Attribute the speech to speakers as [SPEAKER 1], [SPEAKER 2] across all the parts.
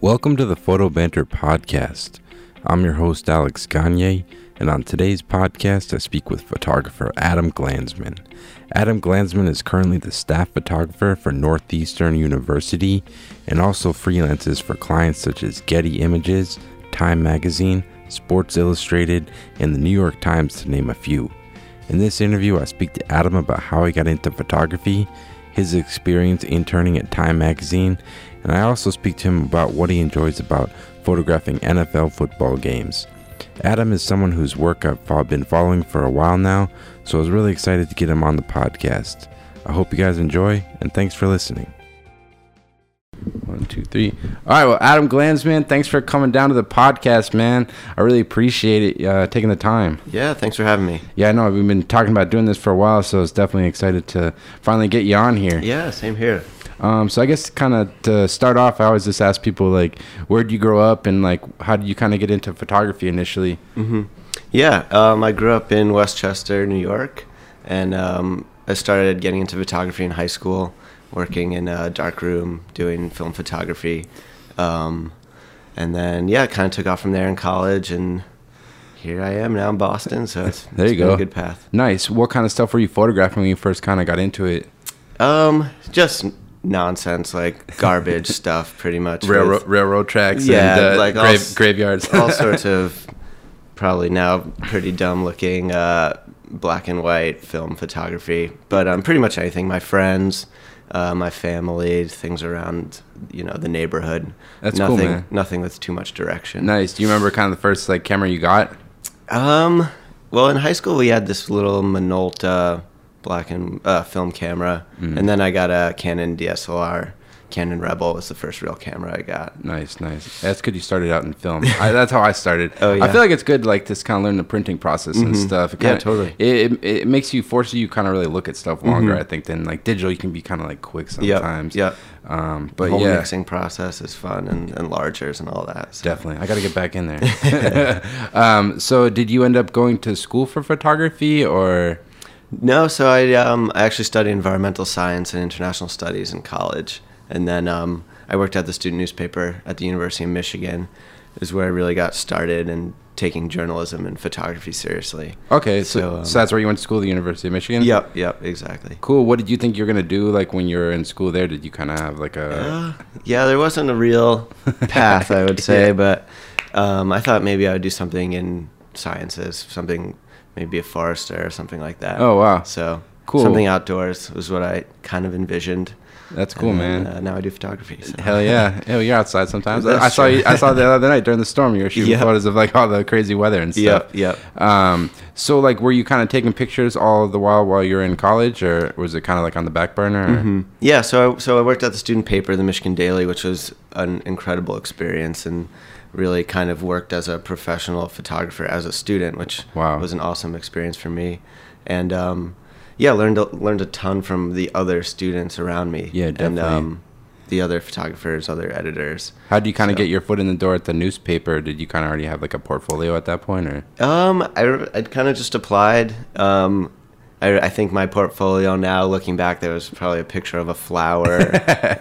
[SPEAKER 1] Welcome to the Photo Banter Podcast. I'm your host, Alex Gagne, and on today's podcast, I speak with photographer Adam Glansman. Adam Glansman is currently the staff photographer for Northeastern University and also freelances for clients such as Getty Images, Time Magazine, Sports Illustrated, and the New York Times, to name a few. In this interview, I speak to Adam about how he got into photography, his experience interning at Time Magazine, and I also speak to him about what he enjoys about photographing NFL football games. Adam is someone whose work I've fo- been following for a while now, so I was really excited to get him on the podcast. I hope you guys enjoy, and thanks for listening. One, two, three. All right, well, Adam Glansman, thanks for coming down to the podcast, man. I really appreciate it uh, taking the time.
[SPEAKER 2] Yeah, thanks for having me.
[SPEAKER 1] Yeah, I know we've been talking about doing this for a while, so I was definitely excited to finally get you on here.
[SPEAKER 2] Yeah, same here.
[SPEAKER 1] Um, so I guess kind of to start off, I always just ask people like, where did you grow up, and like, how did you kind of get into photography initially?
[SPEAKER 2] Mm-hmm. Yeah, um, I grew up in Westchester, New York, and um, I started getting into photography in high school, working in a dark room doing film photography, um, and then yeah, kind of took off from there in college, and here I am now in Boston. So it's,
[SPEAKER 1] There
[SPEAKER 2] it's
[SPEAKER 1] you
[SPEAKER 2] been
[SPEAKER 1] go.
[SPEAKER 2] a good path.
[SPEAKER 1] Nice. What kind of stuff were you photographing when you first kind of got into it?
[SPEAKER 2] Um, just nonsense like garbage stuff, pretty much. with-
[SPEAKER 1] Railroad, railroad tracks
[SPEAKER 2] Yeah,
[SPEAKER 1] and uh,
[SPEAKER 2] like all
[SPEAKER 1] grave,
[SPEAKER 2] s-
[SPEAKER 1] graveyards.
[SPEAKER 2] all sorts of probably now pretty dumb looking uh, black and white film photography, but um, pretty much anything. My friends, uh, my family, things around you know the neighborhood.
[SPEAKER 1] That's cool,
[SPEAKER 2] nothing,
[SPEAKER 1] man.
[SPEAKER 2] Nothing with too much direction.
[SPEAKER 1] nice. Do you remember kind of the first like camera you got?
[SPEAKER 2] Um, well, in high school we had this little Minolta black and uh, film camera,
[SPEAKER 1] Mm.
[SPEAKER 2] and then I got a Canon DSLR. Canon Rebel was the first real camera I got.
[SPEAKER 1] Nice, nice. That's good. You started out in film. I, that's how I started.
[SPEAKER 2] Oh,
[SPEAKER 1] I
[SPEAKER 2] yeah. Mm-hmm.
[SPEAKER 1] feel like it's good, like this kind of learn the printing process and stuff. It
[SPEAKER 2] Yeah,
[SPEAKER 1] kinda,
[SPEAKER 2] totally. Mm-hmm.
[SPEAKER 1] It, it, it makes you forces you kind of really look at stuff longer. I think than like digital, you can be kind of like quick
[SPEAKER 2] Yep,
[SPEAKER 1] sometimes.
[SPEAKER 2] yep.
[SPEAKER 1] Um,
[SPEAKER 2] The
[SPEAKER 1] but
[SPEAKER 2] whole
[SPEAKER 1] yeah,
[SPEAKER 2] mixing process is fun and, and largers and all that. so-
[SPEAKER 1] definitely. I got to get back in there. um, so, did you end up going to school for photography or?
[SPEAKER 2] No, so I um, I actually studied environmental science and international studies in college, and then um, I worked at the student newspaper at the University of Michigan. Is where I really got started in taking journalism and photography seriously.
[SPEAKER 1] Okay, so so,
[SPEAKER 2] So, um,
[SPEAKER 1] that's where you went to school, the University of Michigan.
[SPEAKER 2] Yep, yep, exactly.
[SPEAKER 1] Cool. What did you think you were gonna do like when you were in school there? Did you kind of have like a?
[SPEAKER 2] Uh, yeah, there wasn't a real path, I would say, but um, I thought maybe I would do something in sciences, something maybe a forester or something like that.
[SPEAKER 1] Oh, wow.
[SPEAKER 2] So
[SPEAKER 1] Cool.
[SPEAKER 2] something outdoors was what I kind of envisioned.
[SPEAKER 1] That's cool,
[SPEAKER 2] And
[SPEAKER 1] man.
[SPEAKER 2] then, Uh, now I do photography. so.
[SPEAKER 1] Hell yeah! Hell, you're outside sometimes.
[SPEAKER 2] That's
[SPEAKER 1] I saw
[SPEAKER 2] true.
[SPEAKER 1] you. I saw the other night during the storm. You were shooting
[SPEAKER 2] Yeah.
[SPEAKER 1] photos of like all the crazy weather and stuff.
[SPEAKER 2] Yep, yep.
[SPEAKER 1] Um. So like, were you kind of taking pictures all the while while you were in college, or was it kind of like on the back burner? or-
[SPEAKER 2] Yeah, so I, so I worked at the student paper, the Michigan Daily, which was an incredible experience and really kind of worked as a professional photographer as a student, which
[SPEAKER 1] Wow.
[SPEAKER 2] was an awesome experience for me. And um, yeah, learned a, learned a ton from the other students around me.
[SPEAKER 1] Yeah,
[SPEAKER 2] And
[SPEAKER 1] definitely.
[SPEAKER 2] um, the other photographers, other editors.
[SPEAKER 1] How do you kind of
[SPEAKER 2] So-
[SPEAKER 1] get your foot in the door at the newspaper? Did you kind of already have like a portfolio at that point, or
[SPEAKER 2] Um, I, re- I kind of just applied. Um, I, I think my portfolio now, looking back, there was probably a picture of a flower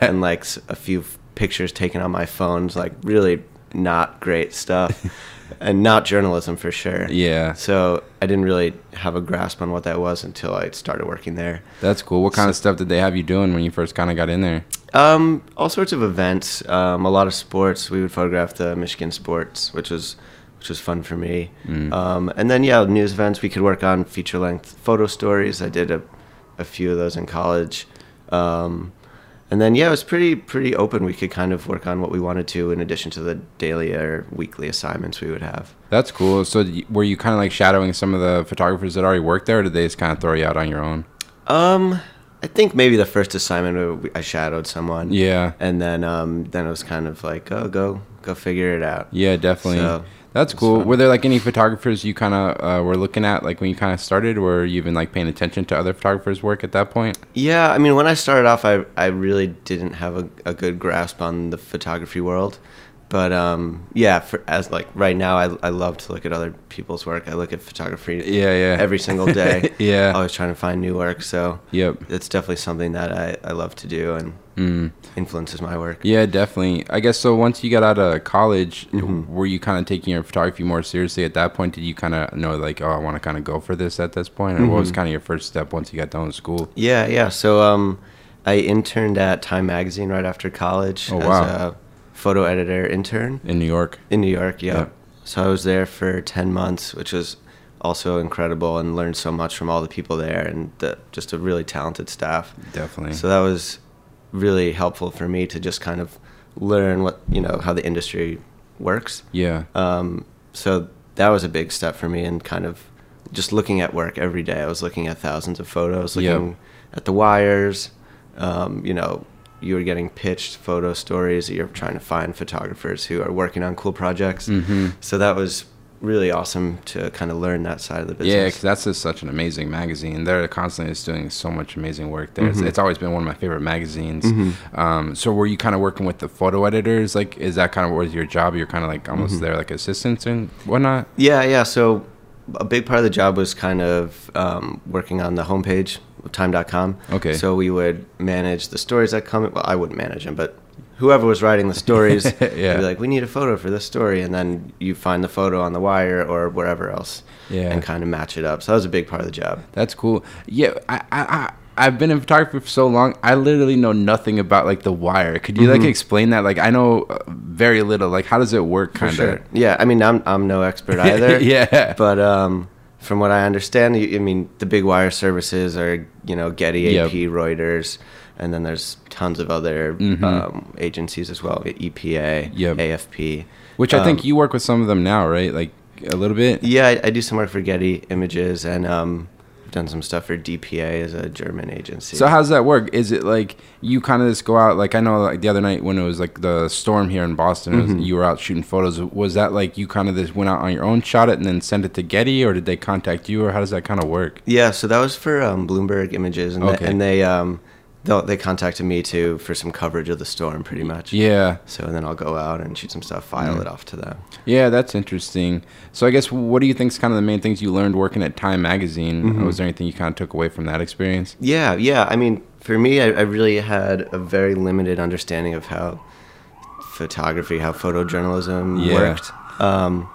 [SPEAKER 2] and like s- a few f- pictures taken on my phones, like really not great stuff and not journalism for sure.
[SPEAKER 1] yeah?
[SPEAKER 2] So I didn't really have a grasp on what that was until I started working there.
[SPEAKER 1] That's cool. What kind of stuff did they have you doing when you first kind of got in there?
[SPEAKER 2] Um, all sorts of events, um, a lot of sports. We would photograph the Michigan sports, which was which was fun for me. Um, and then yeah, news events. We could work on feature length photo stories. I did a, a few of those in college. Um, and then yeah, it was pretty pretty open. We could kind of work on what we wanted to, in addition to the daily or weekly assignments we would have.
[SPEAKER 1] That's cool. So did you- were you kind of like shadowing some of the photographers that already worked there, or did they just kind of throw you out on your own?
[SPEAKER 2] Um, I think maybe the first assignment uh, I shadowed someone.
[SPEAKER 1] Yeah.
[SPEAKER 2] And then um, then it was kind of like, oh, go go figure it out.
[SPEAKER 1] Yeah, definitely.
[SPEAKER 2] So,
[SPEAKER 1] That's cool.
[SPEAKER 2] fun.
[SPEAKER 1] Were there like any photographers you kind of uh, were looking at, like when you kind of started? Were you even like paying attention to other photographers' work at that point?
[SPEAKER 2] Yeah, I mean, when I started off, I I really didn't have a, a good grasp on the photography world, but um, yeah, for, as like right now, I, I love to look at other people's work. I look at photography
[SPEAKER 1] Yeah, yeah.
[SPEAKER 2] every single day.
[SPEAKER 1] Yeah.
[SPEAKER 2] always trying to find new work. So
[SPEAKER 1] Yep.
[SPEAKER 2] it's definitely something that I, I love to do and
[SPEAKER 1] Hmm.
[SPEAKER 2] influences my work.
[SPEAKER 1] Yeah, definitely. I guess so. Once you got out of college, were you kind of taking your photography more seriously at that point? Did you kind of know like, oh, I want to kind of go for this at this point, or what was kind of your first step once you got done with school?
[SPEAKER 2] Yeah, yeah. So um, I interned at Time Magazine right after college
[SPEAKER 1] Oh,
[SPEAKER 2] as
[SPEAKER 1] wow.
[SPEAKER 2] a photo editor intern
[SPEAKER 1] in New York.
[SPEAKER 2] in New York. Yeah.
[SPEAKER 1] Yeah.
[SPEAKER 2] So I was there for ten months, which was also incredible, and learned so much from all the people there and the, just a really talented staff.
[SPEAKER 1] Definitely.
[SPEAKER 2] So that was really helpful for me to just kind of learn what you know how the industry works.
[SPEAKER 1] yeah.
[SPEAKER 2] Um, so that was a big step for me, and kind of just looking at work every day. I was looking at thousands of photos,
[SPEAKER 1] Yeah.
[SPEAKER 2] looking at the wires. Um, you know, you were getting pitched photo stories. You're trying to find photographers who are working on cool projects.
[SPEAKER 1] Mm-hmm.
[SPEAKER 2] So that was really awesome to kind of learn that side of the
[SPEAKER 1] Yeah,
[SPEAKER 2] business.
[SPEAKER 1] because that's just such an amazing magazine. They're constantly just doing so much amazing work there. It's, it's always been one of my favorite magazines. Um, so were you kind of working with the photo editors? Like, is that kind of what was your job? You're kind of like almost their like assistants and whatnot.
[SPEAKER 2] Yeah, yeah. So a big part of the job was kind of um, working on the homepage of time.com.
[SPEAKER 1] Okay.
[SPEAKER 2] So we would manage the stories that come. Well, I wouldn't manage them, but whoever was writing the stories,
[SPEAKER 1] Yeah.
[SPEAKER 2] would be like, we need a photo for this story. And then you find the photo on the wire or wherever else
[SPEAKER 1] Yeah.
[SPEAKER 2] and kind of match it up. So that was a big part of the job.
[SPEAKER 1] That's cool. Yeah, I, I, I I've been in photography for so long. I literally know nothing about like the wire. Could you like explain that? Like, I know uh, very little. Like, how does it work? Kind of.
[SPEAKER 2] Yeah. I mean, I'm, I'm no expert either.
[SPEAKER 1] Yeah.
[SPEAKER 2] But um, from what I understand, you- I mean, the big wire services are, you know, Getty,
[SPEAKER 1] Yep. Mm-hmm.
[SPEAKER 2] AP, Reuters, and then there's tons of other um, agencies as well, E EPA,
[SPEAKER 1] Yep.
[SPEAKER 2] AFP.
[SPEAKER 1] Which I think you work with some of them now, right? Like a little bit.
[SPEAKER 2] Yeah, I, I do some work for Getty Images and um, I've done some stuff for DPA as a German agency.
[SPEAKER 1] So how does that work? Is it like you kind of just go out? Like I know, like the other night when it was like the storm here in Boston, it was, you were out shooting photos. Was that like you kind of just went out on your own, shot it, and then sent it to Getty, or did they contact you, or how does that kind of work?
[SPEAKER 2] Yeah, so that was for um, Bloomberg Images, and,
[SPEAKER 1] Okay.
[SPEAKER 2] they, and they um, they'll- they contacted me too for some coverage of the storm, pretty much.
[SPEAKER 1] Yeah,
[SPEAKER 2] So then I'll go out and shoot some stuff, file it off to them.
[SPEAKER 1] yeah, that's interesting. So I guess what do you think is kind of the main things you learned working at Time Magazine? Was there anything you kind of took away from that experience?
[SPEAKER 2] Yeah, yeah. I mean, for me, I, I really had a very limited understanding of how photography, how photojournalism
[SPEAKER 1] Yeah.
[SPEAKER 2] worked. Um,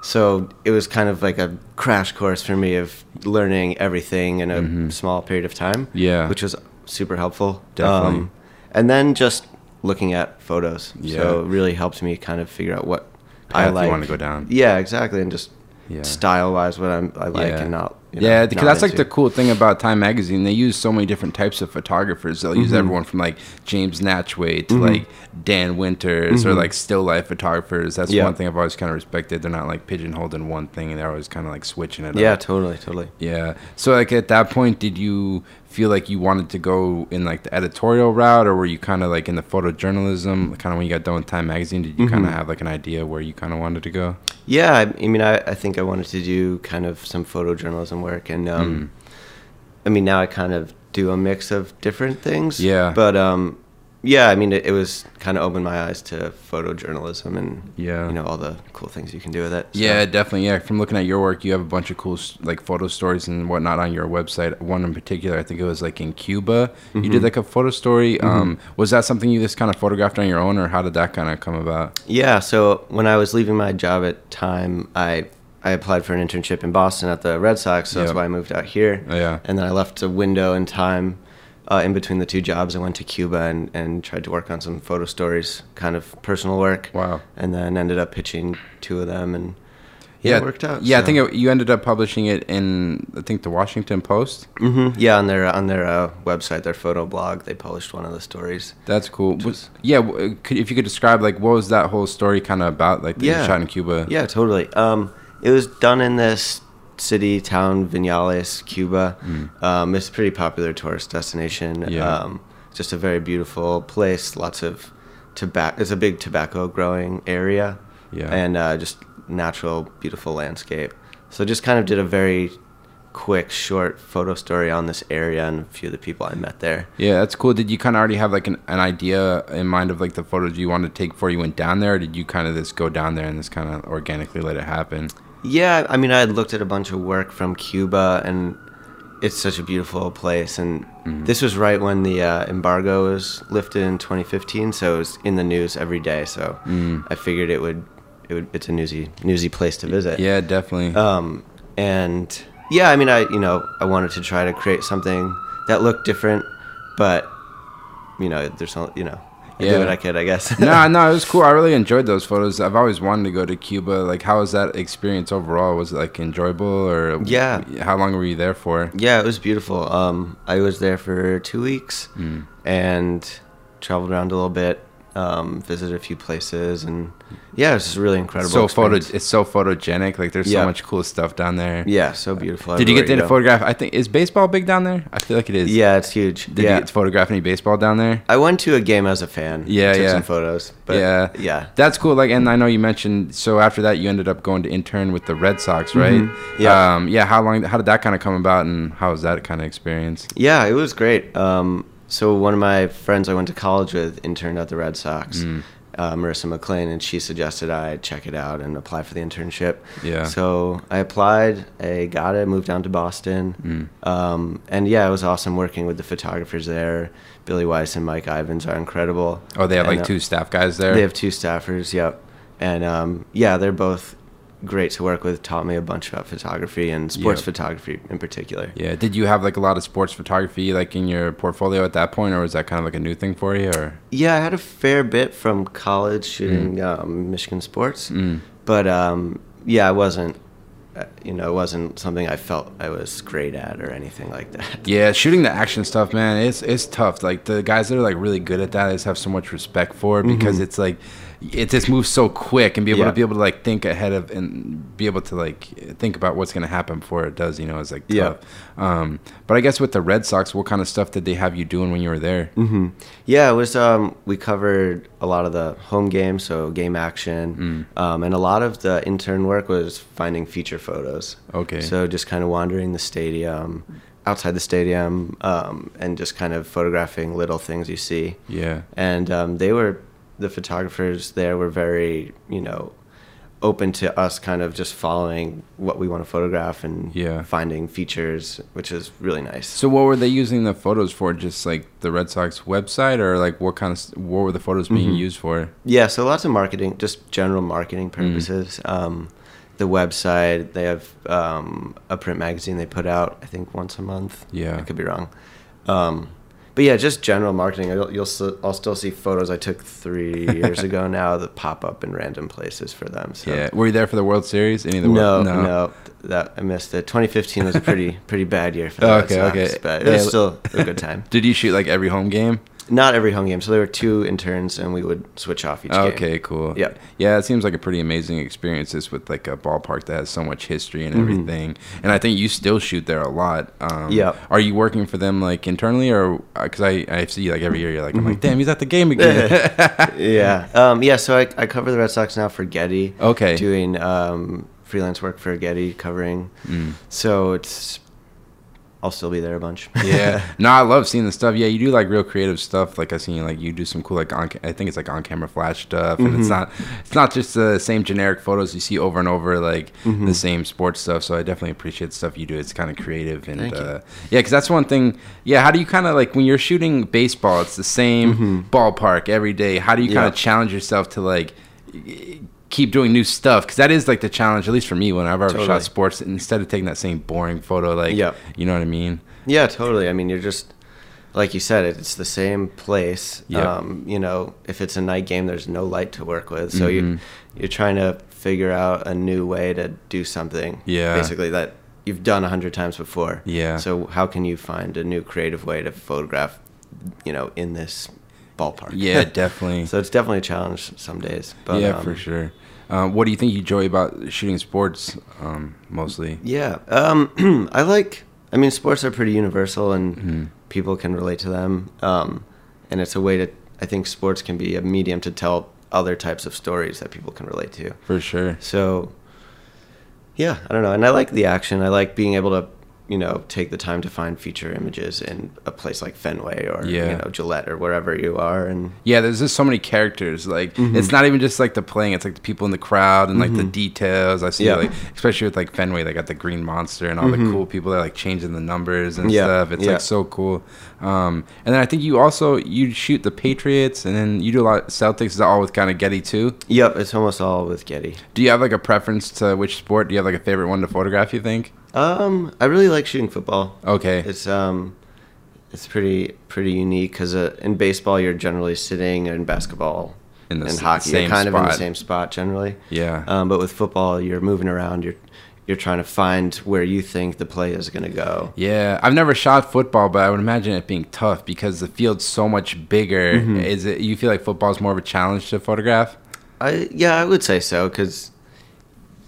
[SPEAKER 2] so it was kind of like a crash course for me of learning everything in a small period of time.
[SPEAKER 1] Mm-hmm. Yeah.
[SPEAKER 2] which was super helpful. Um,
[SPEAKER 1] Definitely.
[SPEAKER 2] and then just looking at photos.
[SPEAKER 1] Yeah.
[SPEAKER 2] So it really helped me kind of figure out what I
[SPEAKER 1] Path you
[SPEAKER 2] like.
[SPEAKER 1] wanna go down.
[SPEAKER 2] Yeah, exactly, and just
[SPEAKER 1] Yeah.
[SPEAKER 2] style-wise what I'm, I like and not. you know,
[SPEAKER 1] yeah, because
[SPEAKER 2] not
[SPEAKER 1] that's like the
[SPEAKER 2] into.
[SPEAKER 1] cool thing about Time Magazine. They use so many different types of photographers. They'll
[SPEAKER 2] Mm-hmm.
[SPEAKER 1] use everyone from like James Natchway to like Dan Winters or like still life photographers. That's
[SPEAKER 2] Mm-hmm. Yeah.
[SPEAKER 1] one thing I've always kind of respected. They're not like pigeonholed in one thing, and they're always kind of like switching it
[SPEAKER 2] Yeah,
[SPEAKER 1] up.
[SPEAKER 2] totally, totally.
[SPEAKER 1] Yeah. So like at that point, did you feel like you wanted to go in like the editorial route, or were you kind of like in the photojournalism? Kind of when you got done with Time Magazine, did you
[SPEAKER 2] Mm-hmm.
[SPEAKER 1] kind of have like an idea where you kind of wanted to go?
[SPEAKER 2] Yeah, I, I mean, I, I think I wanted to do kind of some photojournalism work, and
[SPEAKER 1] Mm.
[SPEAKER 2] um, I mean, now I kind of do a mix of different things.
[SPEAKER 1] Yeah.
[SPEAKER 2] but um, yeah, I mean, it, it was kind of opened my eyes to photojournalism and
[SPEAKER 1] Yeah.
[SPEAKER 2] you know, all the cool things you can do with it. so-
[SPEAKER 1] Yeah, definitely. Yeah, from looking at your work, you have a bunch of cool s- like photo stories and whatnot on your website. One in particular, I think it was like in Cuba. You
[SPEAKER 2] Mm-hmm.
[SPEAKER 1] did like a photo story. Um, was that something you just kind of photographed on your own, or how did that kind of come about?
[SPEAKER 2] Yeah, so when I was leaving my job at Time, I I applied for an internship in Boston at the Red Sox, so
[SPEAKER 1] Yeah.
[SPEAKER 2] that's why I moved out here.
[SPEAKER 1] Oh, yeah.
[SPEAKER 2] And then I left a window in time uh, in between the two jobs. I went to Cuba and, and tried to work on some photo stories, kind of personal work.
[SPEAKER 1] Wow.
[SPEAKER 2] And then ended up pitching two of them and yeah, it worked out.
[SPEAKER 1] Yeah, I
[SPEAKER 2] so.
[SPEAKER 1] think it, you ended up publishing it in I think the Washington Post.
[SPEAKER 2] Mhm. yeah, on their on their uh, website, their photo blog, they published one of the stories.
[SPEAKER 1] That's cool. Was, yeah, w- uh, could, if you could describe like what was that whole story kind of about? Like the
[SPEAKER 2] Yeah.
[SPEAKER 1] shot in Cuba.
[SPEAKER 2] Yeah, totally. Um, it was done in this city, town, Vinales, Cuba. Um, it's a pretty popular tourist destination.
[SPEAKER 1] Mm. Yeah.
[SPEAKER 2] Um, just a very beautiful place. Lots of tobacco. It's a big tobacco growing area.
[SPEAKER 1] Yeah.
[SPEAKER 2] And uh, just natural, beautiful landscape. So just kind of did a very quick, short photo story on this area and a few of the people I met there.
[SPEAKER 1] Yeah, that's cool. Did you kind of already have like an, an idea in mind of like the photos you wanted to take before you went down there, or did you kind of just go down there and just kind of organically let it happen?
[SPEAKER 2] Yeah, I mean, I had looked at a bunch of work from Cuba, and it's such a beautiful place. And
[SPEAKER 1] Mm-hmm.
[SPEAKER 2] this was right when the uh, embargo was lifted in 2015, so it was in the news every day. So
[SPEAKER 1] Mm.
[SPEAKER 2] I figured it would, it would, it's a newsy, newsy place to visit.
[SPEAKER 1] Yeah, definitely.
[SPEAKER 2] Um, and yeah, I mean, I you know, I wanted to try to create something that looked different, but you know, there's no, you know, I
[SPEAKER 1] Yeah.
[SPEAKER 2] did what I could, I guess.
[SPEAKER 1] no, no, it was cool. I really enjoyed those photos. I've always wanted to go to Cuba. Like, how was that experience overall? Was it like enjoyable, or
[SPEAKER 2] Yeah.
[SPEAKER 1] How long were you there for?
[SPEAKER 2] Yeah, it was beautiful. Um, I was there for two weeks
[SPEAKER 1] Mm.
[SPEAKER 2] and traveled around a little bit, um, visited a few places, and yeah, it was just a really incredible.
[SPEAKER 1] So photo,
[SPEAKER 2] experience.
[SPEAKER 1] it's so photogenic. Like, there's so
[SPEAKER 2] Yeah.
[SPEAKER 1] much cool stuff down there.
[SPEAKER 2] Yeah, so beautiful.
[SPEAKER 1] Did you get
[SPEAKER 2] everywhere
[SPEAKER 1] to
[SPEAKER 2] go.
[SPEAKER 1] photograph? I think is baseball big down there. I feel like it is.
[SPEAKER 2] Yeah, it's huge.
[SPEAKER 1] Did
[SPEAKER 2] yeah,
[SPEAKER 1] you get to photograph any baseball down there?
[SPEAKER 2] I went to a game as a fan.
[SPEAKER 1] Yeah,
[SPEAKER 2] took
[SPEAKER 1] yeah.
[SPEAKER 2] some photos. But
[SPEAKER 1] yeah,
[SPEAKER 2] yeah,
[SPEAKER 1] that's cool. Like, and I know you mentioned. So after that, you ended up going to intern with the Red Sox, right?
[SPEAKER 2] Mm-hmm. Yeah.
[SPEAKER 1] Um, yeah. How long? How did that kind of come about, and how was that kind of experience?
[SPEAKER 2] Yeah, it was great. Um, so one of my friends I went to college with interned at the Red Sox,
[SPEAKER 1] Mm.
[SPEAKER 2] uh, Marissa McLean, and she suggested I check it out and apply for the internship.
[SPEAKER 1] Yeah.
[SPEAKER 2] So I applied, I got it, moved down to
[SPEAKER 1] Mm.
[SPEAKER 2] Boston, um, and yeah, it was awesome working with the photographers there. Billy Weiss and Mike Ivins are incredible.
[SPEAKER 1] Oh, they have
[SPEAKER 2] And,
[SPEAKER 1] like
[SPEAKER 2] uh,
[SPEAKER 1] two staff guys there.
[SPEAKER 2] They have two staffers. Yep. And um, yeah, they're both great to work with. Taught me a bunch about photography and sports
[SPEAKER 1] Yep.
[SPEAKER 2] photography in particular.
[SPEAKER 1] yeah. Did you have like a lot of sports photography like in your portfolio at that point, or was that kind of like a new thing for you? Or
[SPEAKER 2] Yeah, I had a fair bit from
[SPEAKER 1] Mm.
[SPEAKER 2] college shooting um, Michigan sports, but um, yeah, I wasn't. uh, You know, it wasn't something I felt I was great at or anything like that.
[SPEAKER 1] yeah, shooting the action stuff, man, it's it's tough. Like the guys that are like really good at that, I just have so much respect for it because it's like it just moves so quick and be able
[SPEAKER 2] Mm-hmm. Yeah.
[SPEAKER 1] to be able to like think ahead of and be able to like think about what's gonna happen before it does. You know, it's like
[SPEAKER 2] Yeah.
[SPEAKER 1] tough. Um, but I guess with the Red Sox, what kind of stuff did they have you doing when you were there?
[SPEAKER 2] Mm-hmm. Yeah, it was. Um, we covered a lot of the home games, so game action,
[SPEAKER 1] Mm.
[SPEAKER 2] um, and a lot of the intern work was finding feature photos.
[SPEAKER 1] Okay.
[SPEAKER 2] So just kind of wandering the stadium, outside the stadium, um, and just kind of photographing little things you see.
[SPEAKER 1] Yeah.
[SPEAKER 2] and um, they were the photographers there were very you know open to us kind of just following what we want to photograph and
[SPEAKER 1] Yeah.
[SPEAKER 2] finding features which is really nice
[SPEAKER 1] So what were they using the photos for? Just like the Red Sox website, or like what kind of s- what were the photos being
[SPEAKER 2] Mm-hmm.
[SPEAKER 1] used for?
[SPEAKER 2] yeah so lots of marketing just general marketing
[SPEAKER 1] Mm-hmm.
[SPEAKER 2] purposes um, the website they have um, a print magazine they put out i think once a month
[SPEAKER 1] Yeah.
[SPEAKER 2] i could be wrong um, but yeah just general marketing I'll- you'll still, i'll still see photos i took three years ago now that pop up in random places for them so
[SPEAKER 1] Yeah, were you there for the World Series? Any of the
[SPEAKER 2] No,
[SPEAKER 1] World?
[SPEAKER 2] no, that I missed it. 2015 was a pretty pretty bad year for the
[SPEAKER 1] Okay,
[SPEAKER 2] Red Sox,
[SPEAKER 1] okay.
[SPEAKER 2] but it was
[SPEAKER 1] Yeah.
[SPEAKER 2] still a good time.
[SPEAKER 1] Did you shoot like every home game?
[SPEAKER 2] Not every home game, so there were two interns, and we would switch off each game.
[SPEAKER 1] Okay, cool.
[SPEAKER 2] Yep.
[SPEAKER 1] Yeah, it seems like a pretty amazing experience just with like a ballpark that has so much history and everything. And I think you still shoot there a lot. Um,
[SPEAKER 2] Yep.
[SPEAKER 1] Are you working for them like internally or because I, I see like every year you're like, I'm like, damn, he's at the game again.
[SPEAKER 2] Yeah, um, yeah. So I, I cover the Red Sox now for Getty.
[SPEAKER 1] Okay.
[SPEAKER 2] doing um, freelance work for Getty, covering.
[SPEAKER 1] Mm.
[SPEAKER 2] So it's, I'll still be there a bunch.
[SPEAKER 1] yeah. No, I love seeing the stuff. Yeah, you do like real creative stuff. Like I seen like you do some cool like on. ca- I think it's like on camera flash stuff, and
[SPEAKER 2] Mm-hmm.
[SPEAKER 1] it's not it's not just the same generic photos you see over and over like
[SPEAKER 2] Mm-hmm.
[SPEAKER 1] the same sports stuff. So I definitely appreciate the stuff you do. It's kind of creative and
[SPEAKER 2] Thank you.
[SPEAKER 1] uh, yeah, because that's one thing. Yeah, how do you kind of like when you're shooting baseball? It's the same ballpark every day. How do you kind
[SPEAKER 2] Mm-hmm. Yeah.
[SPEAKER 1] of challenge yourself to like? keep doing new stuff because that is like the challenge at least for me whenever i've
[SPEAKER 2] Totally.
[SPEAKER 1] shot sports instead of taking that same boring photo like
[SPEAKER 2] Yeah.
[SPEAKER 1] you know what i mean
[SPEAKER 2] Yeah, totally. I mean, you're just like you said, it- it's the same place.
[SPEAKER 1] Yep.
[SPEAKER 2] Um, you know, if it's a night game, there's no light to work with, so you
[SPEAKER 1] Mm-hmm.
[SPEAKER 2] you're trying to figure out a new way to do something.
[SPEAKER 1] Yeah.
[SPEAKER 2] basically that you've done a hundred times before.
[SPEAKER 1] Yeah.
[SPEAKER 2] So how can you find a new creative way to photograph? You know, in this ballpark.
[SPEAKER 1] Yeah, definitely.
[SPEAKER 2] so it's definitely a challenge some days. But
[SPEAKER 1] yeah,
[SPEAKER 2] um,
[SPEAKER 1] for sure. Um, what do you think you enjoy about shooting sports um, mostly?
[SPEAKER 2] Yeah. Um, I like, I mean, sports are pretty universal and people can relate to them. Um, and it's a way to, I think sports can be a medium to tell other types of stories that people can relate to.
[SPEAKER 1] For sure.
[SPEAKER 2] So, yeah, I don't know. And I like the action. I like being able to you know, take the time to find feature images in a place like Fenway or
[SPEAKER 3] Yeah.
[SPEAKER 2] you know Gillette or wherever you are, and
[SPEAKER 1] Yeah, there's just so many characters. Like
[SPEAKER 2] Mm-hmm.
[SPEAKER 1] it's not even just like the playing; it's like the people in the crowd and like the details. I see,
[SPEAKER 2] Yeah. Mm-hmm.
[SPEAKER 1] like especially with like Fenway, they got the Green Monster and all the cool people that are, like changing the numbers and
[SPEAKER 2] Yeah,
[SPEAKER 1] stuff. It's
[SPEAKER 2] yeah.
[SPEAKER 1] like so cool. Um, and then I think you also you shoot the Patriots, and then you do a lot. Celtics is all with kind of Getty too.
[SPEAKER 2] yep, it's almost all with Getty.
[SPEAKER 1] Do you have like a preference to which sport? Do you have like a favorite one to photograph? You think?
[SPEAKER 2] Um, I really like shooting football.
[SPEAKER 1] Okay.
[SPEAKER 2] It's um, it's pretty pretty unique because uh, in baseball you're generally sitting, and in basketball
[SPEAKER 1] In the
[SPEAKER 2] and
[SPEAKER 1] s-
[SPEAKER 2] hockey you're
[SPEAKER 1] same
[SPEAKER 2] kind of in the
[SPEAKER 1] spot.
[SPEAKER 2] same spot generally.
[SPEAKER 1] Yeah.
[SPEAKER 2] Um, but with football you're moving around. You're you're trying to find where you think the play is going to go.
[SPEAKER 1] Yeah, I've never shot football, but I would imagine it being tough because the field's so much bigger.
[SPEAKER 2] Mm-hmm.
[SPEAKER 1] Is it? You feel like football's more of a challenge to photograph?
[SPEAKER 2] I yeah, I would say so because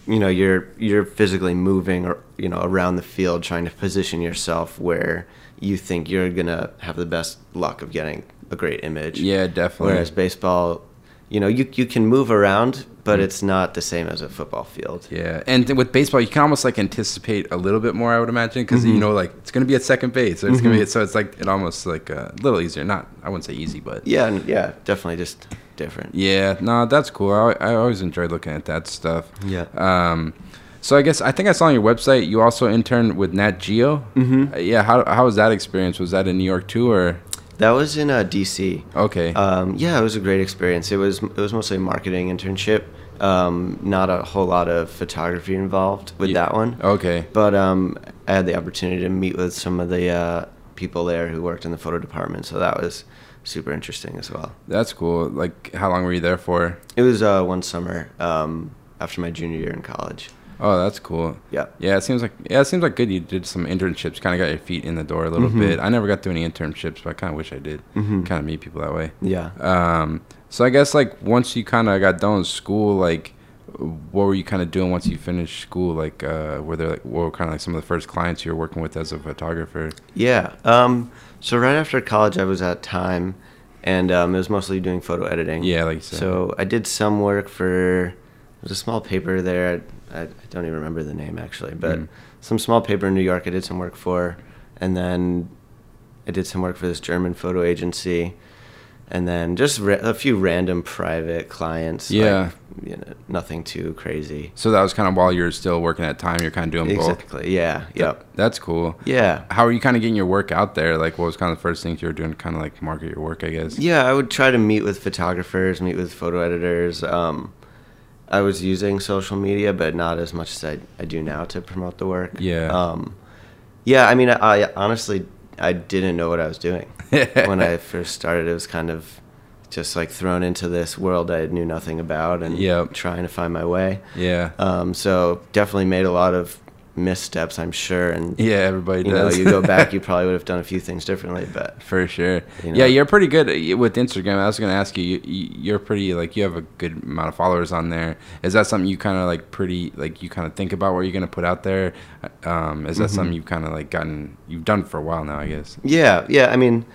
[SPEAKER 2] you know you're you're physically moving or you know around the field trying to position yourself where you think you're gonna have the best luck of getting a great image.
[SPEAKER 1] Yeah, definitely.
[SPEAKER 2] Whereas baseball, you know, you you can move around, but it's not the same as a football field.
[SPEAKER 1] yeah, and th- with baseball, you can almost like anticipate a little bit more. I would imagine because
[SPEAKER 2] Mm-hmm.
[SPEAKER 1] you know, like it's gonna be at second base, or it's gonna be so. It's like it almost like uh, a little easier. Not, I wouldn't say easy, but
[SPEAKER 2] Yeah, and yeah, definitely just different.
[SPEAKER 1] yeah. No, that's cool. I, I always enjoy looking at that stuff.
[SPEAKER 2] Yeah.
[SPEAKER 1] Um, so I guess I think I saw on your website you also interned with Nat Geo. Mm-hmm. Yeah. How how was that experience? Was that in New York too, or
[SPEAKER 2] That was in uh, DC.
[SPEAKER 1] okay?
[SPEAKER 2] Um, yeah, it was a great experience. It was it was mostly a marketing internship, um, not a whole lot of photography involved with
[SPEAKER 1] Yeah.
[SPEAKER 2] that one.
[SPEAKER 1] okay.
[SPEAKER 2] But um, I had the opportunity to meet with some of the uh, people there who worked in the photo department, so that was super interesting as well.
[SPEAKER 1] That's cool. Like, how long were you there for?
[SPEAKER 2] It was uh, one summer um, after my junior year in college.
[SPEAKER 1] Oh, that's cool.
[SPEAKER 2] Yeah.
[SPEAKER 1] Yeah, it seems like yeah, it seems like good. You did some internships, kind of got your feet in the door a little bit. I never got to any internships, but I kind of wish I did. Kind of meet people that way.
[SPEAKER 2] Yeah.
[SPEAKER 1] Um, so I guess like once you kind of got done with school, like what were you kind of doing once you finished school? Like, uh, were there like what were kind of like some of the first clients you were working with as a photographer?
[SPEAKER 2] Yeah. Um, so right after college, I was at Time, and um, it was mostly doing photo editing.
[SPEAKER 1] Yeah, like you said.
[SPEAKER 2] So I did some work for it was a small paper there. I, I don't even remember the name actually, but
[SPEAKER 1] Mm.
[SPEAKER 2] some small paper in New York. I did some work for, and then I did some work for this German photo agency, and then just ra- a few random private clients. like,
[SPEAKER 1] Yeah.
[SPEAKER 2] you know, nothing too crazy.
[SPEAKER 1] So that was kind of while you're still working at time, you're kind of doing both.
[SPEAKER 2] Exactly. Yeah. Yep.
[SPEAKER 1] That's cool.
[SPEAKER 2] Yeah.
[SPEAKER 1] How are you kind of getting your work out there? Like, what was kind of the first things you were doing to kind of like market your work? I guess.
[SPEAKER 2] Yeah, I would try to meet with photographers, meet with photo editors. Um, I was using social media, but not as much as I, I do now to promote the work.
[SPEAKER 1] Yeah.
[SPEAKER 2] Um, yeah, I mean, I, I honestly I didn't know what I was doing when I first started. It was kind of just like thrown into this world I knew nothing about and
[SPEAKER 1] Yep.
[SPEAKER 2] trying to find my way.
[SPEAKER 1] Yeah.
[SPEAKER 2] Um, so definitely made a lot of missteps, I'm sure. And
[SPEAKER 1] yeah, everybody
[SPEAKER 2] you know,
[SPEAKER 1] does.
[SPEAKER 2] you go back, you probably would have done a few things differently, but
[SPEAKER 1] for sure.
[SPEAKER 2] You know?
[SPEAKER 1] Yeah, you're pretty good uh, with Instagram. I was gonna ask you, you, you're pretty like you have a good amount of followers on there. Is that something you kind of like pretty like you kind of think about what you're gonna put out there? Um,
[SPEAKER 2] Mm-hmm.
[SPEAKER 1] is that something you've kind of like gotten you've done for a while now? I guess.
[SPEAKER 2] Yeah, yeah. I mean,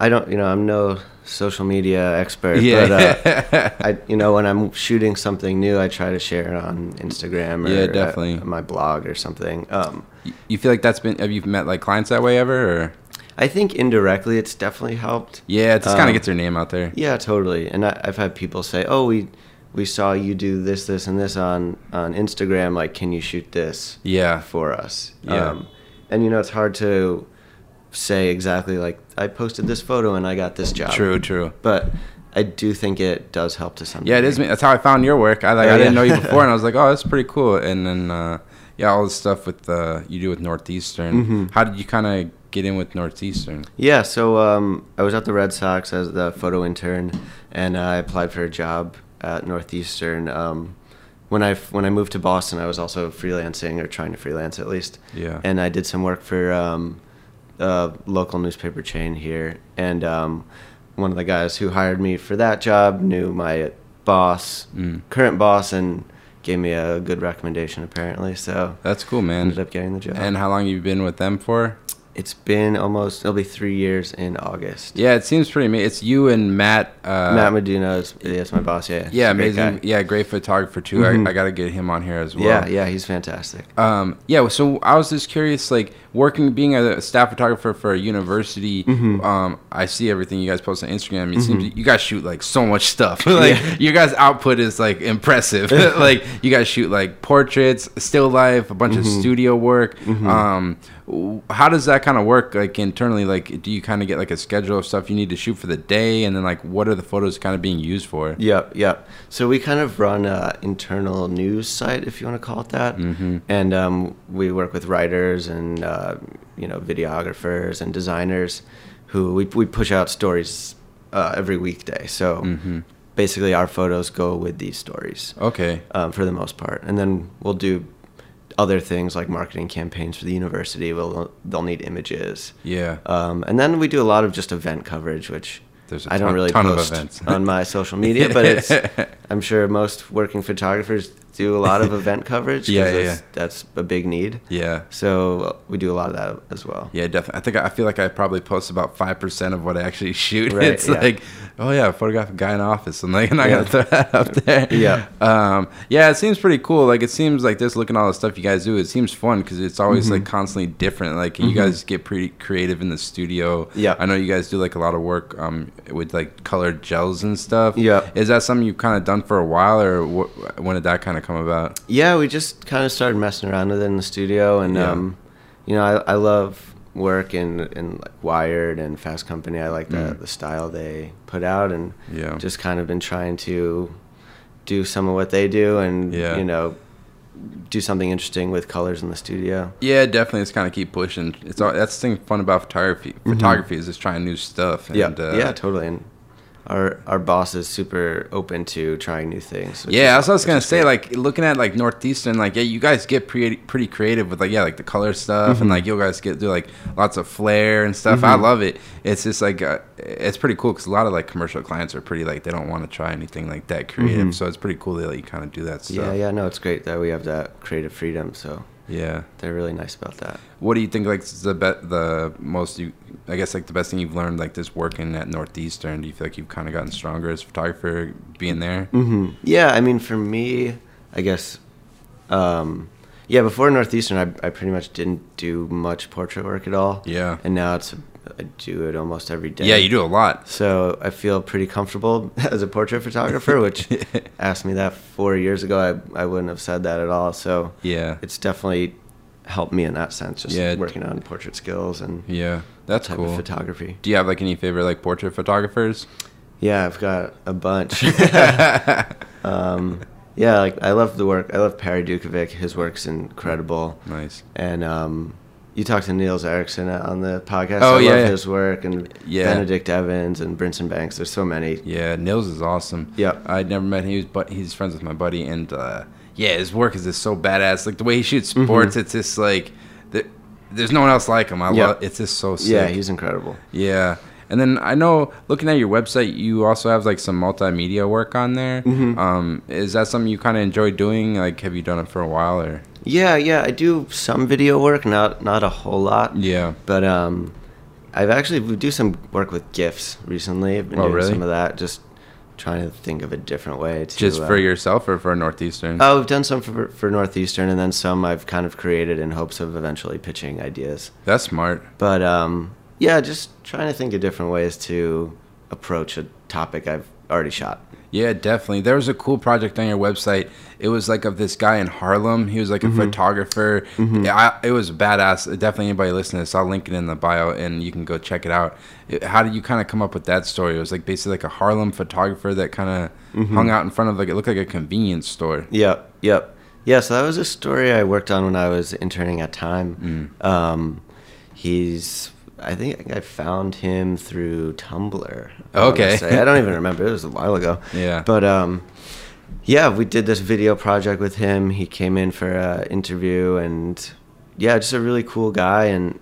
[SPEAKER 2] I don't, you know, I'm no social media expert, but uh, I, you know, when I'm shooting something new, I try to share it on Instagram or
[SPEAKER 1] Yeah,
[SPEAKER 2] uh,
[SPEAKER 1] definitely.
[SPEAKER 2] my blog or something. Um,
[SPEAKER 1] you feel like that's been have you met like clients that way ever? Or?
[SPEAKER 2] I think indirectly, it's definitely helped.
[SPEAKER 1] Yeah, it just kind
[SPEAKER 2] Um,
[SPEAKER 1] of gets your name out there.
[SPEAKER 2] Yeah, totally. And I, I've had people say, "Oh, we we saw you do this, this, and this on on Instagram. Like, can you shoot this
[SPEAKER 1] Yeah.
[SPEAKER 2] for us?" Um,
[SPEAKER 1] Yeah.
[SPEAKER 2] and you know, it's hard to say exactly like I posted this photo and I got this job.
[SPEAKER 1] True. True.
[SPEAKER 2] but I do think it does help to some.
[SPEAKER 1] Yeah, it is. me.
[SPEAKER 2] degree.
[SPEAKER 1] That's how I found your work. I like.
[SPEAKER 2] Oh,
[SPEAKER 1] I didn't
[SPEAKER 2] yeah.
[SPEAKER 1] know you before, and I was like, "Oh, that's pretty cool." And then, uh, yeah, all the stuff with uh, you do with Northeastern.
[SPEAKER 2] Mm-hmm.
[SPEAKER 1] How did you kind of get in with Northeastern?
[SPEAKER 2] Yeah, so um, I was at the Red Sox as the photo intern, and I applied for a job at Northeastern. Um, when I when I moved to Boston, I was also freelancing or trying to freelance at least.
[SPEAKER 1] Yeah.
[SPEAKER 2] And I did some work for um, a local newspaper chain here, and um, one of the guys who hired me for that job knew my boss,
[SPEAKER 1] Mm. Mm-hmm.
[SPEAKER 2] current boss, and gave me a good recommendation apparently. So
[SPEAKER 1] That's cool, man.
[SPEAKER 2] ended up getting the job.
[SPEAKER 1] And how long you been with them for?
[SPEAKER 2] It's been almost it'll be three years in August.
[SPEAKER 1] Yeah, it seems pretty. ama- It's you and Matt. Uh,
[SPEAKER 2] Matt Medina is yes, my boss. Yeah. he's
[SPEAKER 1] yeah,
[SPEAKER 2] a great
[SPEAKER 1] amazing.
[SPEAKER 2] guy. Mm-hmm.
[SPEAKER 1] Yeah, great photographer too. I, I got to get him on here as well.
[SPEAKER 2] Yeah, yeah, he's fantastic.
[SPEAKER 1] um, yeah so i was just curious like working being a staff photographer for a university um, i see everything you guys post on instagram it seems you guys shoot like so much stuff like your guys output is like impressive like you guys shoot like portraits still life a bunch of studio work um, w- how does that kind of work like internally like do you kind of get like a schedule of stuff you need to shoot for the day and then like what are the photos kind of being used for
[SPEAKER 2] Yep, yep. So we kind of run a internal news site, if you want to call it that, and um, we work with writers and uh, you know videographers and designers, who we we push out stories uh, every weekday. So basically, our photos go with these stories
[SPEAKER 1] okay
[SPEAKER 2] um, for the most part, and then we'll do other things like marketing campaigns for the university. We'll they'll need images.
[SPEAKER 1] yeah
[SPEAKER 2] Um, and then we do a lot of just event coverage, which
[SPEAKER 1] There's a
[SPEAKER 2] I don't
[SPEAKER 1] ton-
[SPEAKER 2] really
[SPEAKER 1] ton of
[SPEAKER 2] post
[SPEAKER 1] events.
[SPEAKER 2] on my social media, but it's, I'm sure most working photographers do a lot of event coverage. 'cause
[SPEAKER 1] Yeah, yeah,
[SPEAKER 2] that's,
[SPEAKER 1] yeah.
[SPEAKER 2] that's a big need.
[SPEAKER 1] yeah
[SPEAKER 2] So we do a lot of that as well.
[SPEAKER 1] Yeah, definitely. I think I feel like I probably post about five percent of what I actually shoot.
[SPEAKER 2] Right,
[SPEAKER 1] it's
[SPEAKER 2] yeah.
[SPEAKER 1] like, oh yeah, photograph a guy in office. I'm like, I'm not
[SPEAKER 2] Yeah.
[SPEAKER 1] gonna throw that up there.
[SPEAKER 2] Yeah.
[SPEAKER 1] um, yeah. It seems pretty cool. Like it seems like this. Looking at all the stuff you guys do, it seems fun because it's always like
[SPEAKER 2] Mm-hmm.
[SPEAKER 1] constantly different. Like you guys get pretty creative in the studio.
[SPEAKER 2] Yeah.
[SPEAKER 1] I know you guys do like a lot of work um, with like colored gels and stuff.
[SPEAKER 2] Yeah.
[SPEAKER 1] is that something you've kind of done for a while, or wh- when did that kind of come about?
[SPEAKER 2] Yeah, we just kind of started messing around with it in the studio, and
[SPEAKER 1] Yeah.
[SPEAKER 2] um, you know, I, I love work and and like Wired and Fast Company. I like
[SPEAKER 1] Mm.
[SPEAKER 2] the the style they put out, and
[SPEAKER 1] Yeah.
[SPEAKER 2] just kind of been trying to do some of what they do, and
[SPEAKER 1] Yeah.
[SPEAKER 2] you know, do something interesting with colors in the studio.
[SPEAKER 1] Yeah, definitely. It's kind of keep pushing. It's all that's the thing fun about photography. Photography is just trying new stuff. And,
[SPEAKER 2] Mm-hmm.
[SPEAKER 1] uh,
[SPEAKER 2] Yeah, yeah, totally. And our our boss is super open to trying new things. which
[SPEAKER 1] Yeah,
[SPEAKER 2] is-
[SPEAKER 1] that's what I was
[SPEAKER 2] which
[SPEAKER 1] gonna
[SPEAKER 2] is
[SPEAKER 1] say.
[SPEAKER 2] great.
[SPEAKER 1] Like looking at like Northeastern, like yeah, you guys get pretty pretty creative with like yeah, like the color stuff
[SPEAKER 2] Mm-hmm.
[SPEAKER 1] and like you guys get do like lots of flair and stuff. I love it. It's just like uh, it's pretty cool because a lot of like commercial clients are pretty like they don't want to try anything like that creative. So it's pretty cool they let you kind of do that stuff.
[SPEAKER 2] Mm-hmm. yeah, yeah, no, it's great that we have that creative freedom. So
[SPEAKER 1] Yeah.
[SPEAKER 2] they're really nice about that.
[SPEAKER 1] What do you think like is the be- the most you I guess like the best thing you've learned like this working at Northeastern? Do you feel like you've kind of gotten stronger as a photographer being there?
[SPEAKER 2] hmm Yeah, I mean, for me, I guess, um, yeah, before Northeastern, I, I pretty much didn't do much portrait work at all.
[SPEAKER 1] Yeah.
[SPEAKER 2] And now it's, I do it almost every day.
[SPEAKER 1] Yeah, you do a lot.
[SPEAKER 2] So I feel pretty comfortable as a portrait photographer, which asked me that four years ago. I, I wouldn't have said that at all. So
[SPEAKER 1] Yeah.
[SPEAKER 2] it's definitely helped me in that sense, just
[SPEAKER 1] Yeah.
[SPEAKER 2] working on portrait skills and
[SPEAKER 1] Yeah. That's
[SPEAKER 2] type
[SPEAKER 1] cool.
[SPEAKER 2] of photography.
[SPEAKER 1] Do you have like any favorite like portrait photographers?
[SPEAKER 2] Yeah, I've got a bunch. um, yeah, like I love the work. I love Perry Dukovic. His work's incredible.
[SPEAKER 1] Nice.
[SPEAKER 2] And um, you talked to Niels Erickson on the podcast.
[SPEAKER 1] Oh,
[SPEAKER 2] I
[SPEAKER 1] yeah,
[SPEAKER 2] love
[SPEAKER 1] yeah.
[SPEAKER 2] his work and
[SPEAKER 1] Yeah.
[SPEAKER 2] Benedict Evans and Brinson Banks. There's so many.
[SPEAKER 1] Yeah, Nils is awesome.
[SPEAKER 2] Yeah.
[SPEAKER 1] I'd never met him, he was, but he's friends with my buddy, and uh, yeah, his work is just so badass. Like the way he shoots
[SPEAKER 2] Mm-hmm.
[SPEAKER 1] sports, it's just like the, there's no one else like him. I
[SPEAKER 2] Yeah.
[SPEAKER 1] love. It's just so sick.
[SPEAKER 2] Yeah, he's incredible.
[SPEAKER 1] Yeah. And then I know looking at your website, you also have like some multimedia work on there. Um, is that something you kind of enjoy doing? Like, have you done it for a while or?
[SPEAKER 2] Yeah, yeah, I do some video work, not not a whole lot.
[SPEAKER 1] Yeah.
[SPEAKER 2] But um, I've actually we do some work with GIFs recently. I've been
[SPEAKER 1] Oh,
[SPEAKER 2] doing
[SPEAKER 1] really?
[SPEAKER 2] some of that, just trying to think of a different way to
[SPEAKER 1] Just
[SPEAKER 2] uh,
[SPEAKER 1] for yourself or for Northeastern?
[SPEAKER 2] Oh, I've done some for, for Northeastern, and then some I've kind of created in hopes of eventually pitching ideas.
[SPEAKER 1] That's smart.
[SPEAKER 2] But um, yeah, just trying to think of different ways to approach a topic I've already shot.
[SPEAKER 1] Yeah, definitely. There was a cool project on your website. It was like of this guy in Harlem. He was like a
[SPEAKER 2] Mm-hmm.
[SPEAKER 1] photographer. Yeah, I, it was badass. Definitely anybody listening, to this, I'll link it in the bio and you can go check it out. It- how did you kind of come up with that story? It was like basically like a Harlem photographer that kind of
[SPEAKER 2] Mm-hmm.
[SPEAKER 1] hung out in front of like it looked like a convenience store.
[SPEAKER 2] Yep, yep. Yeah, so that was a story I worked on when I was interning at Time.
[SPEAKER 1] Mm.
[SPEAKER 2] Um, he's, I think I found him through Tumblr. I wanna
[SPEAKER 1] Okay.
[SPEAKER 2] say. I don't even remember. It was a while ago.
[SPEAKER 1] Yeah.
[SPEAKER 2] But um, yeah, we did this video project with him. He came in for an interview and yeah, just a really cool guy. And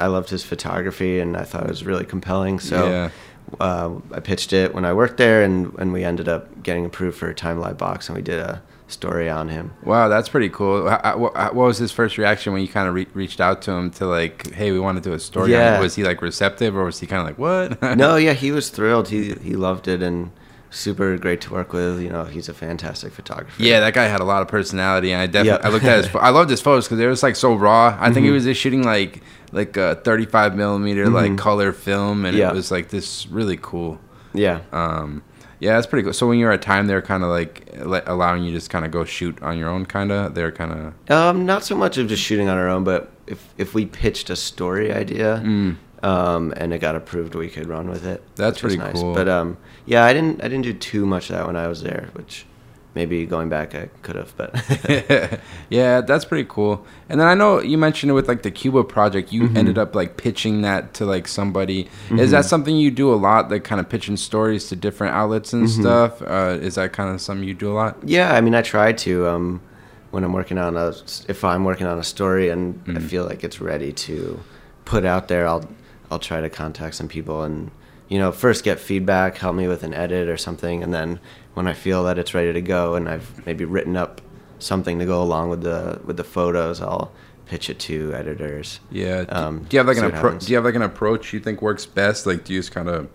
[SPEAKER 2] I loved his photography and I thought it was really compelling. So
[SPEAKER 1] Yeah.
[SPEAKER 2] uh, I pitched it when I worked there, and, and we ended up getting approved for a Time Live box, and we did a story on him.
[SPEAKER 1] Wow, that's pretty cool. How- how- wha- What was his first reaction when you kind of re- reached out to him to like, hey, we want to do a story? on it"?
[SPEAKER 2] Yeah.
[SPEAKER 1] Was he like receptive or was he kind of like, what?
[SPEAKER 2] No, yeah, he was thrilled. He he loved it and super great to work with. You know, he's a fantastic photographer.
[SPEAKER 1] Yeah, that guy had a lot of personality, and I definitely
[SPEAKER 2] Yeah. Mm-hmm.
[SPEAKER 1] I looked at his. pho- I loved his photos because they was like so raw. I think he was just shooting like like a 35 millimeter like color film, and
[SPEAKER 2] Mm-hmm. Yeah.
[SPEAKER 1] it was like this really cool.
[SPEAKER 2] yeah.
[SPEAKER 1] Um, yeah, that's pretty cool. So when you were at time, they were kind of like le- allowing you to just kind of go shoot on your own, kind of. They're kind of
[SPEAKER 2] Um, not so much of just shooting on our own, but if if we pitched a story idea, um, and it got approved, we could run with it.
[SPEAKER 1] Mm. That's
[SPEAKER 2] which was
[SPEAKER 1] pretty cool.
[SPEAKER 2] But um, yeah, I didn't I didn't do too much of that when I was there, which maybe going back I could have, but
[SPEAKER 1] yeah, that's pretty cool. And then I know you mentioned with like the Cuba project,
[SPEAKER 2] Mm-hmm.
[SPEAKER 1] you ended up like pitching that to like somebody. Is that something you do a lot? Like kind of pitching stories to different outlets and
[SPEAKER 2] Mm-hmm.
[SPEAKER 1] stuff. Uh, is that kind of something you do a lot?
[SPEAKER 2] yeah, I mean I try to um, when I'm working on a if I'm working on a story and
[SPEAKER 1] Mm-hmm.
[SPEAKER 2] I feel like it's ready to put out there, I'll I'll try to contact some people and you know first get feedback, help me with an edit or something, and then when I feel that it's ready to go and I've maybe written up something to go along with the with the photos, I'll pitch it to editors.
[SPEAKER 1] Yeah. d-
[SPEAKER 2] Um,
[SPEAKER 1] do you have like
[SPEAKER 2] see
[SPEAKER 1] an
[SPEAKER 2] what
[SPEAKER 1] appro-
[SPEAKER 2] happens.
[SPEAKER 1] Do you have like an approach you think works best? Like, do you just kind of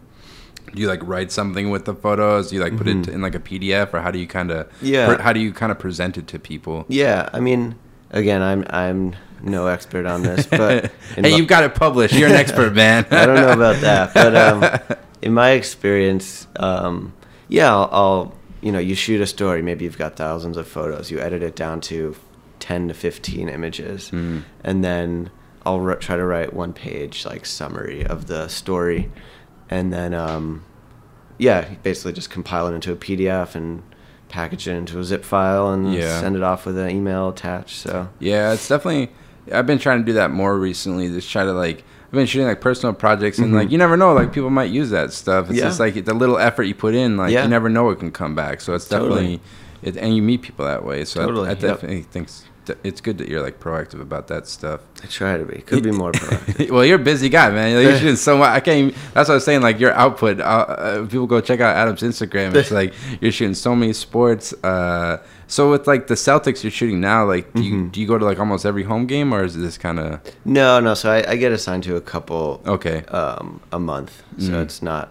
[SPEAKER 1] do you like write something with the photos? Do you like put it in like a PDF, or how do you kind of
[SPEAKER 2] Mm-hmm. Yeah.
[SPEAKER 1] how do you kind of present it to people?
[SPEAKER 2] Yeah, I mean again, I'm I'm no expert on this, but in
[SPEAKER 1] hey,
[SPEAKER 2] my-
[SPEAKER 1] you've got it published. You're an expert, man.
[SPEAKER 2] I don't know about that, but um, in my experience, um, yeah, I'll, I'll you know you shoot a story, maybe you've got thousands of photos, you edit it down to ten to fifteen images,
[SPEAKER 1] Hmm.
[SPEAKER 2] and then I'll ri- try to write one page like summary of the story, and then um, yeah, basically just compile it into a PDF and package it into a zip file and
[SPEAKER 1] Yeah.
[SPEAKER 2] send it off with an email attached. So
[SPEAKER 1] Yeah, it's definitely. I've been trying to do that more recently. Just try to like. I've been shooting like personal projects, and like you never know, like people might use that stuff. It's
[SPEAKER 2] Mm-hmm. Yeah.
[SPEAKER 1] just like the little effort you put in, like
[SPEAKER 2] Yeah.
[SPEAKER 1] you never know what can come back. So it's definitely,
[SPEAKER 2] Totally.
[SPEAKER 1] it, and you meet people that way. So I-
[SPEAKER 2] Totally,
[SPEAKER 1] I,
[SPEAKER 2] yep.
[SPEAKER 1] definitely think s- d- it's good that you're like proactive about that stuff.
[SPEAKER 2] I try to be, could be more proactive.
[SPEAKER 1] well, you're a busy guy, man. Like, you're shooting so much. I can't. Even, that's what I was saying. Like your output. Uh, uh, people go check out Adam's Instagram. It's like you're shooting so many sports. Uh, so with like the Celtics, you're shooting now. Like, do you do you go to like almost every home game, or is this kind of
[SPEAKER 2] No, no. So I, I get assigned to a couple
[SPEAKER 1] okay?
[SPEAKER 2] um, a month. So
[SPEAKER 1] Mm.
[SPEAKER 2] it's not.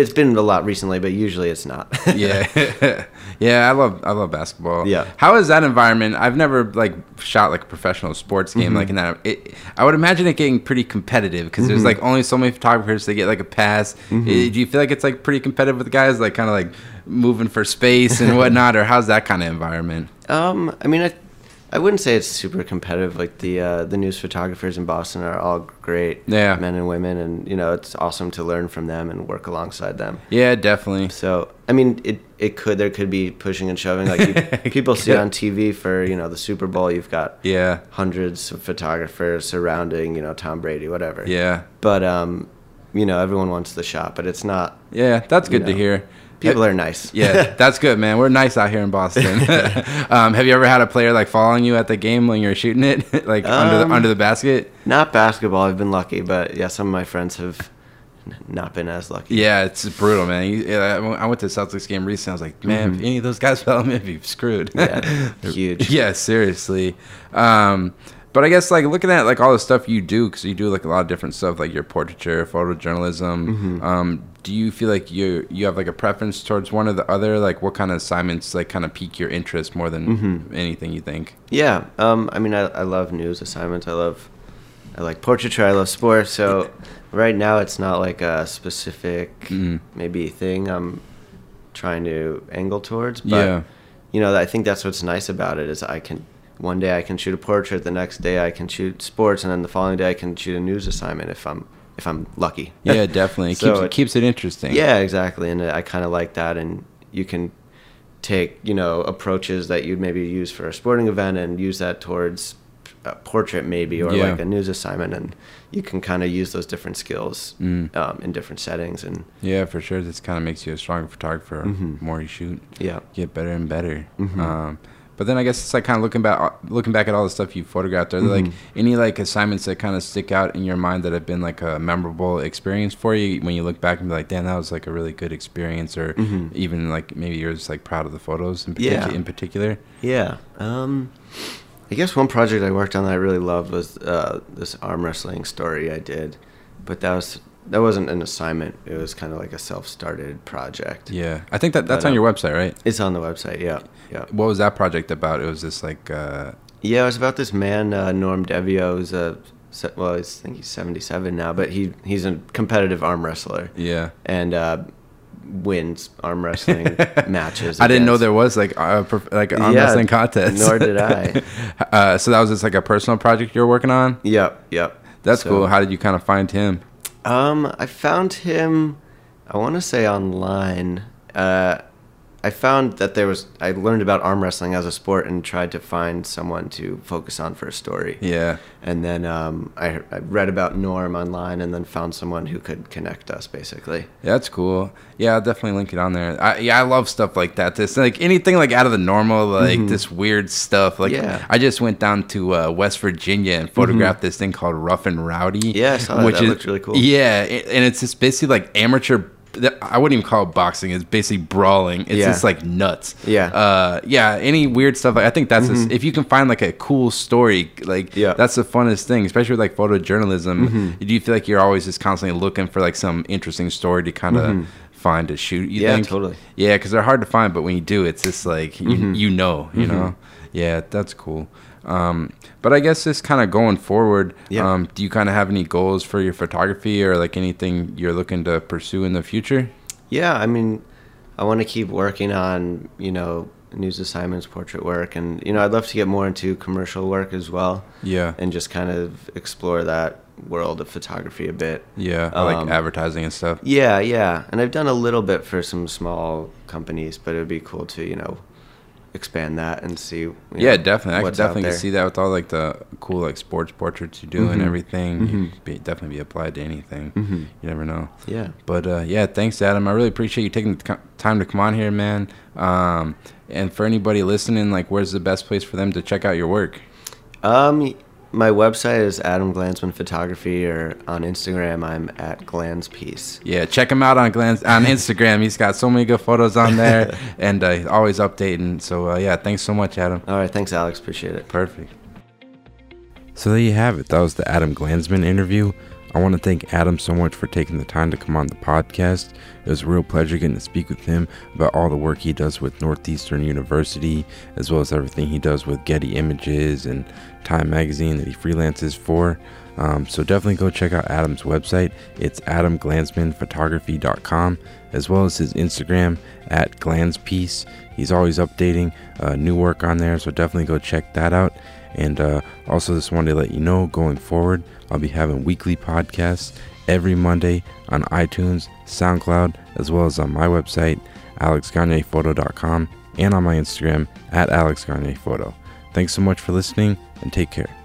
[SPEAKER 2] It's been a lot recently, but usually it's not.
[SPEAKER 1] yeah, yeah. I love I love basketball.
[SPEAKER 2] Yeah.
[SPEAKER 1] How is that environment? I've never like shot like a professional sports game like in that. It, I would imagine it getting pretty competitive because there's like only so many photographers that get like a pass. Eh, do you feel like it's like pretty competitive with guys like kind of like moving for space and whatnot, or how's that kind of environment?
[SPEAKER 2] um, I mean, I, I wouldn't say it's super competitive. Like the uh, the news photographers in Boston are all great
[SPEAKER 1] Yeah.
[SPEAKER 2] men and women, and you know it's awesome to learn from them and work alongside them.
[SPEAKER 1] Yeah, definitely.
[SPEAKER 2] So I mean, it it could there could be pushing and shoving. Like you, people see on TV for you know the Super Bowl, you've got
[SPEAKER 1] Yeah,
[SPEAKER 2] hundreds of photographers surrounding you know Tom Brady, whatever.
[SPEAKER 1] yeah,
[SPEAKER 2] but um, you know, everyone wants the shot, but it's not.
[SPEAKER 1] yeah. That's good
[SPEAKER 2] You
[SPEAKER 1] to
[SPEAKER 2] know.
[SPEAKER 1] hear.
[SPEAKER 2] People are nice.
[SPEAKER 1] Yeah, that's good, man. We're nice out here in Boston. um, have you ever had a player like following you at the game when you're shooting it, like under
[SPEAKER 2] Um,
[SPEAKER 1] the under the basket?
[SPEAKER 2] Not basketball. I've been lucky, but yeah, some of my friends have n- not been as lucky.
[SPEAKER 1] Yeah, it's brutal, man. You- yeah, I went- I went to the Celtics game recently. I was like, man, if any of those guys fell, maybe you've screwed.
[SPEAKER 2] Mm-hmm. Yeah, huge.
[SPEAKER 1] yeah, seriously. Um, but I guess like looking at like all the stuff you do, because you do like a lot of different stuff, like your portraiture, photojournalism.
[SPEAKER 2] Mm-hmm.
[SPEAKER 1] Um, do you feel like you you have like a preference towards one or the other? Like, what kind of assignments like kind of pique your interest more than
[SPEAKER 2] Mm-hmm.
[SPEAKER 1] anything? You think?
[SPEAKER 2] Yeah. Um, I mean, I, I love news assignments. I love, I like portraiture. I love sports. So right now, it's not like a specific
[SPEAKER 1] Mm-hmm.
[SPEAKER 2] maybe thing I'm trying to angle towards. But
[SPEAKER 1] Yeah.
[SPEAKER 2] you know, I think that's what's nice about it is I can one day I can shoot a portrait, the next day I can shoot sports, and then the following day I can shoot a news assignment if I'm if I'm lucky.
[SPEAKER 1] Yeah, definitely. It,
[SPEAKER 2] So
[SPEAKER 1] keeps, it,
[SPEAKER 2] it-
[SPEAKER 1] keeps it interesting.
[SPEAKER 2] Yeah, exactly. And I kind of like that. And you can take, you know, approaches that you'd maybe use for a sporting event and use that towards a portrait maybe or
[SPEAKER 1] Yeah.
[SPEAKER 2] like a news assignment. And you can kind of use those different skills
[SPEAKER 1] Mm.
[SPEAKER 2] um, in different settings. And
[SPEAKER 1] Yeah, for sure.
[SPEAKER 2] Mm-hmm.
[SPEAKER 1] This kind of makes you a stronger photographer. The more you shoot,
[SPEAKER 2] yeah. Mm-hmm.
[SPEAKER 1] you get better and better. Um, But then I guess it's like kind of looking back, looking back at all the stuff you photographed. Are there like
[SPEAKER 2] Mm-hmm.
[SPEAKER 1] any like assignments that kind of stick out in your mind that have been like a memorable experience for you when you look back and be like, damn, that was like a really good experience, or even like maybe you're just like proud of the photos in,
[SPEAKER 2] Mm-hmm. Yeah.
[SPEAKER 1] particu- in particular.
[SPEAKER 2] Yeah. Um, I guess one project I worked on that I really loved was uh, this arm wrestling story I did, but that was that wasn't an assignment. It was kind of like a self-started project.
[SPEAKER 1] Yeah, I think that that's on
[SPEAKER 2] But, um,
[SPEAKER 1] your website, right?
[SPEAKER 2] It's on the website. Yeah. Yeah.
[SPEAKER 1] What was that project about? It was this like. uh
[SPEAKER 2] Yeah, it was about this man, uh, Norm Devio, who's a se- well, he's, I think he's seventy-seven now, but he he's a competitive arm wrestler
[SPEAKER 1] yeah.
[SPEAKER 2] and uh, wins arm wrestling matches.
[SPEAKER 1] I didn't know
[SPEAKER 2] against-
[SPEAKER 1] there was like uh, prof- like arm
[SPEAKER 2] Yeah,
[SPEAKER 1] wrestling contests.
[SPEAKER 2] nor did I.
[SPEAKER 1] uh, so that was just like a personal project you were working on.
[SPEAKER 2] Yep, yep.
[SPEAKER 1] That's
[SPEAKER 2] So-
[SPEAKER 1] cool. How did you kind of find him?
[SPEAKER 2] Um, I found him. I want to say online. Uh, I found that there was. I learned about arm wrestling as a sport and tried to find someone to focus on for a story.
[SPEAKER 1] Yeah,
[SPEAKER 2] And then um, I, I read about Norm online and then found someone who could connect us basically.
[SPEAKER 1] that's cool. Yeah, I'll definitely link it on there. I, yeah, I love stuff like that. This like anything like out of the normal, like this weird stuff. Like
[SPEAKER 2] Mm-hmm. Yeah. Mm-hmm.
[SPEAKER 1] I just went down to uh, West Virginia and photographed this thing called Rough and Rowdy.
[SPEAKER 2] Yeah, I saw that. That
[SPEAKER 1] is
[SPEAKER 2] looked really cool.
[SPEAKER 1] Yeah, it- and it's just basically like amateur. I wouldn't even call it boxing. It's basically brawling. It's
[SPEAKER 2] Yeah.
[SPEAKER 1] just like nuts.
[SPEAKER 2] Yeah.
[SPEAKER 1] Uh, yeah. Any weird stuff. Like, I think that's a s if you can find like a cool story, like
[SPEAKER 2] Mm-hmm. Yeah. Mm-hmm.
[SPEAKER 1] that's the funnest thing, especially with like photojournalism. Do you feel like you're always just constantly looking for like some interesting story to kind of find to shoot? You
[SPEAKER 2] Mm-hmm. Yeah,
[SPEAKER 1] think?
[SPEAKER 2] totally. Mm-hmm.
[SPEAKER 1] Yeah, because they're hard to find, but when you do, it's just like you, you know, you know. Yeah, that's cool. Um, but I guess just kind of going forward,
[SPEAKER 2] Yeah.
[SPEAKER 1] um, do you kind of have any goals for your photography or like anything you're looking to pursue in the future?
[SPEAKER 2] Yeah, I mean, I want to keep working on you know news assignments, portrait work, and you know I'd love to get more into commercial work as well.
[SPEAKER 1] Yeah.
[SPEAKER 2] And just kind of explore that world of photography a bit.
[SPEAKER 1] Yeah, I like
[SPEAKER 2] Um,
[SPEAKER 1] advertising and stuff.
[SPEAKER 2] Yeah, yeah. And I've done a little bit for some small companies, but it would be cool to, you know, expand that and see. you
[SPEAKER 1] Yeah,
[SPEAKER 2] know,
[SPEAKER 1] definitely. I could
[SPEAKER 2] what's out
[SPEAKER 1] definitely
[SPEAKER 2] there. Mm-hmm.
[SPEAKER 1] see that with all like the cool like sports portraits you do and everything. It'd Be, definitely be applied to anything. You never know.
[SPEAKER 2] Yeah.
[SPEAKER 1] But uh, yeah, thanks, Adam. I really appreciate you taking the co- time to come on here, man. Um, and for anybody listening, like, where's the best place for them to check out your work?
[SPEAKER 2] Um, my website is Adam Glansman Photography, or on Instagram, I'm at Glanzpiece.
[SPEAKER 1] Yeah, check him out on Glenn's, on Instagram. He's got so many good photos on there, and uh, he's always updating. So uh, yeah, thanks so much, Adam.
[SPEAKER 2] All right, thanks, Alex. Appreciate it.
[SPEAKER 1] Perfect.
[SPEAKER 3] So there you have it. That was the Adam Glansman interview. I want to thank Adam so much for taking the time to come on the podcast. It was a real pleasure getting to speak with him about all the work he does with Northeastern University, as well as everything he does with Getty Images and Time Magazine that he freelances for. Um, so definitely go check out Adam's website. It's adamglansmanphotography.com, as well as his Instagram at glanzpiece. He's always updating uh, new work on there, so definitely go check that out. And uh, also, just wanted to let you know going forward, I'll be having weekly podcasts every Monday on iTunes, SoundCloud, as well as on my website, alexgagnephoto.com, and on my Instagram at alexgagnephoto. Thanks so much for listening and take care.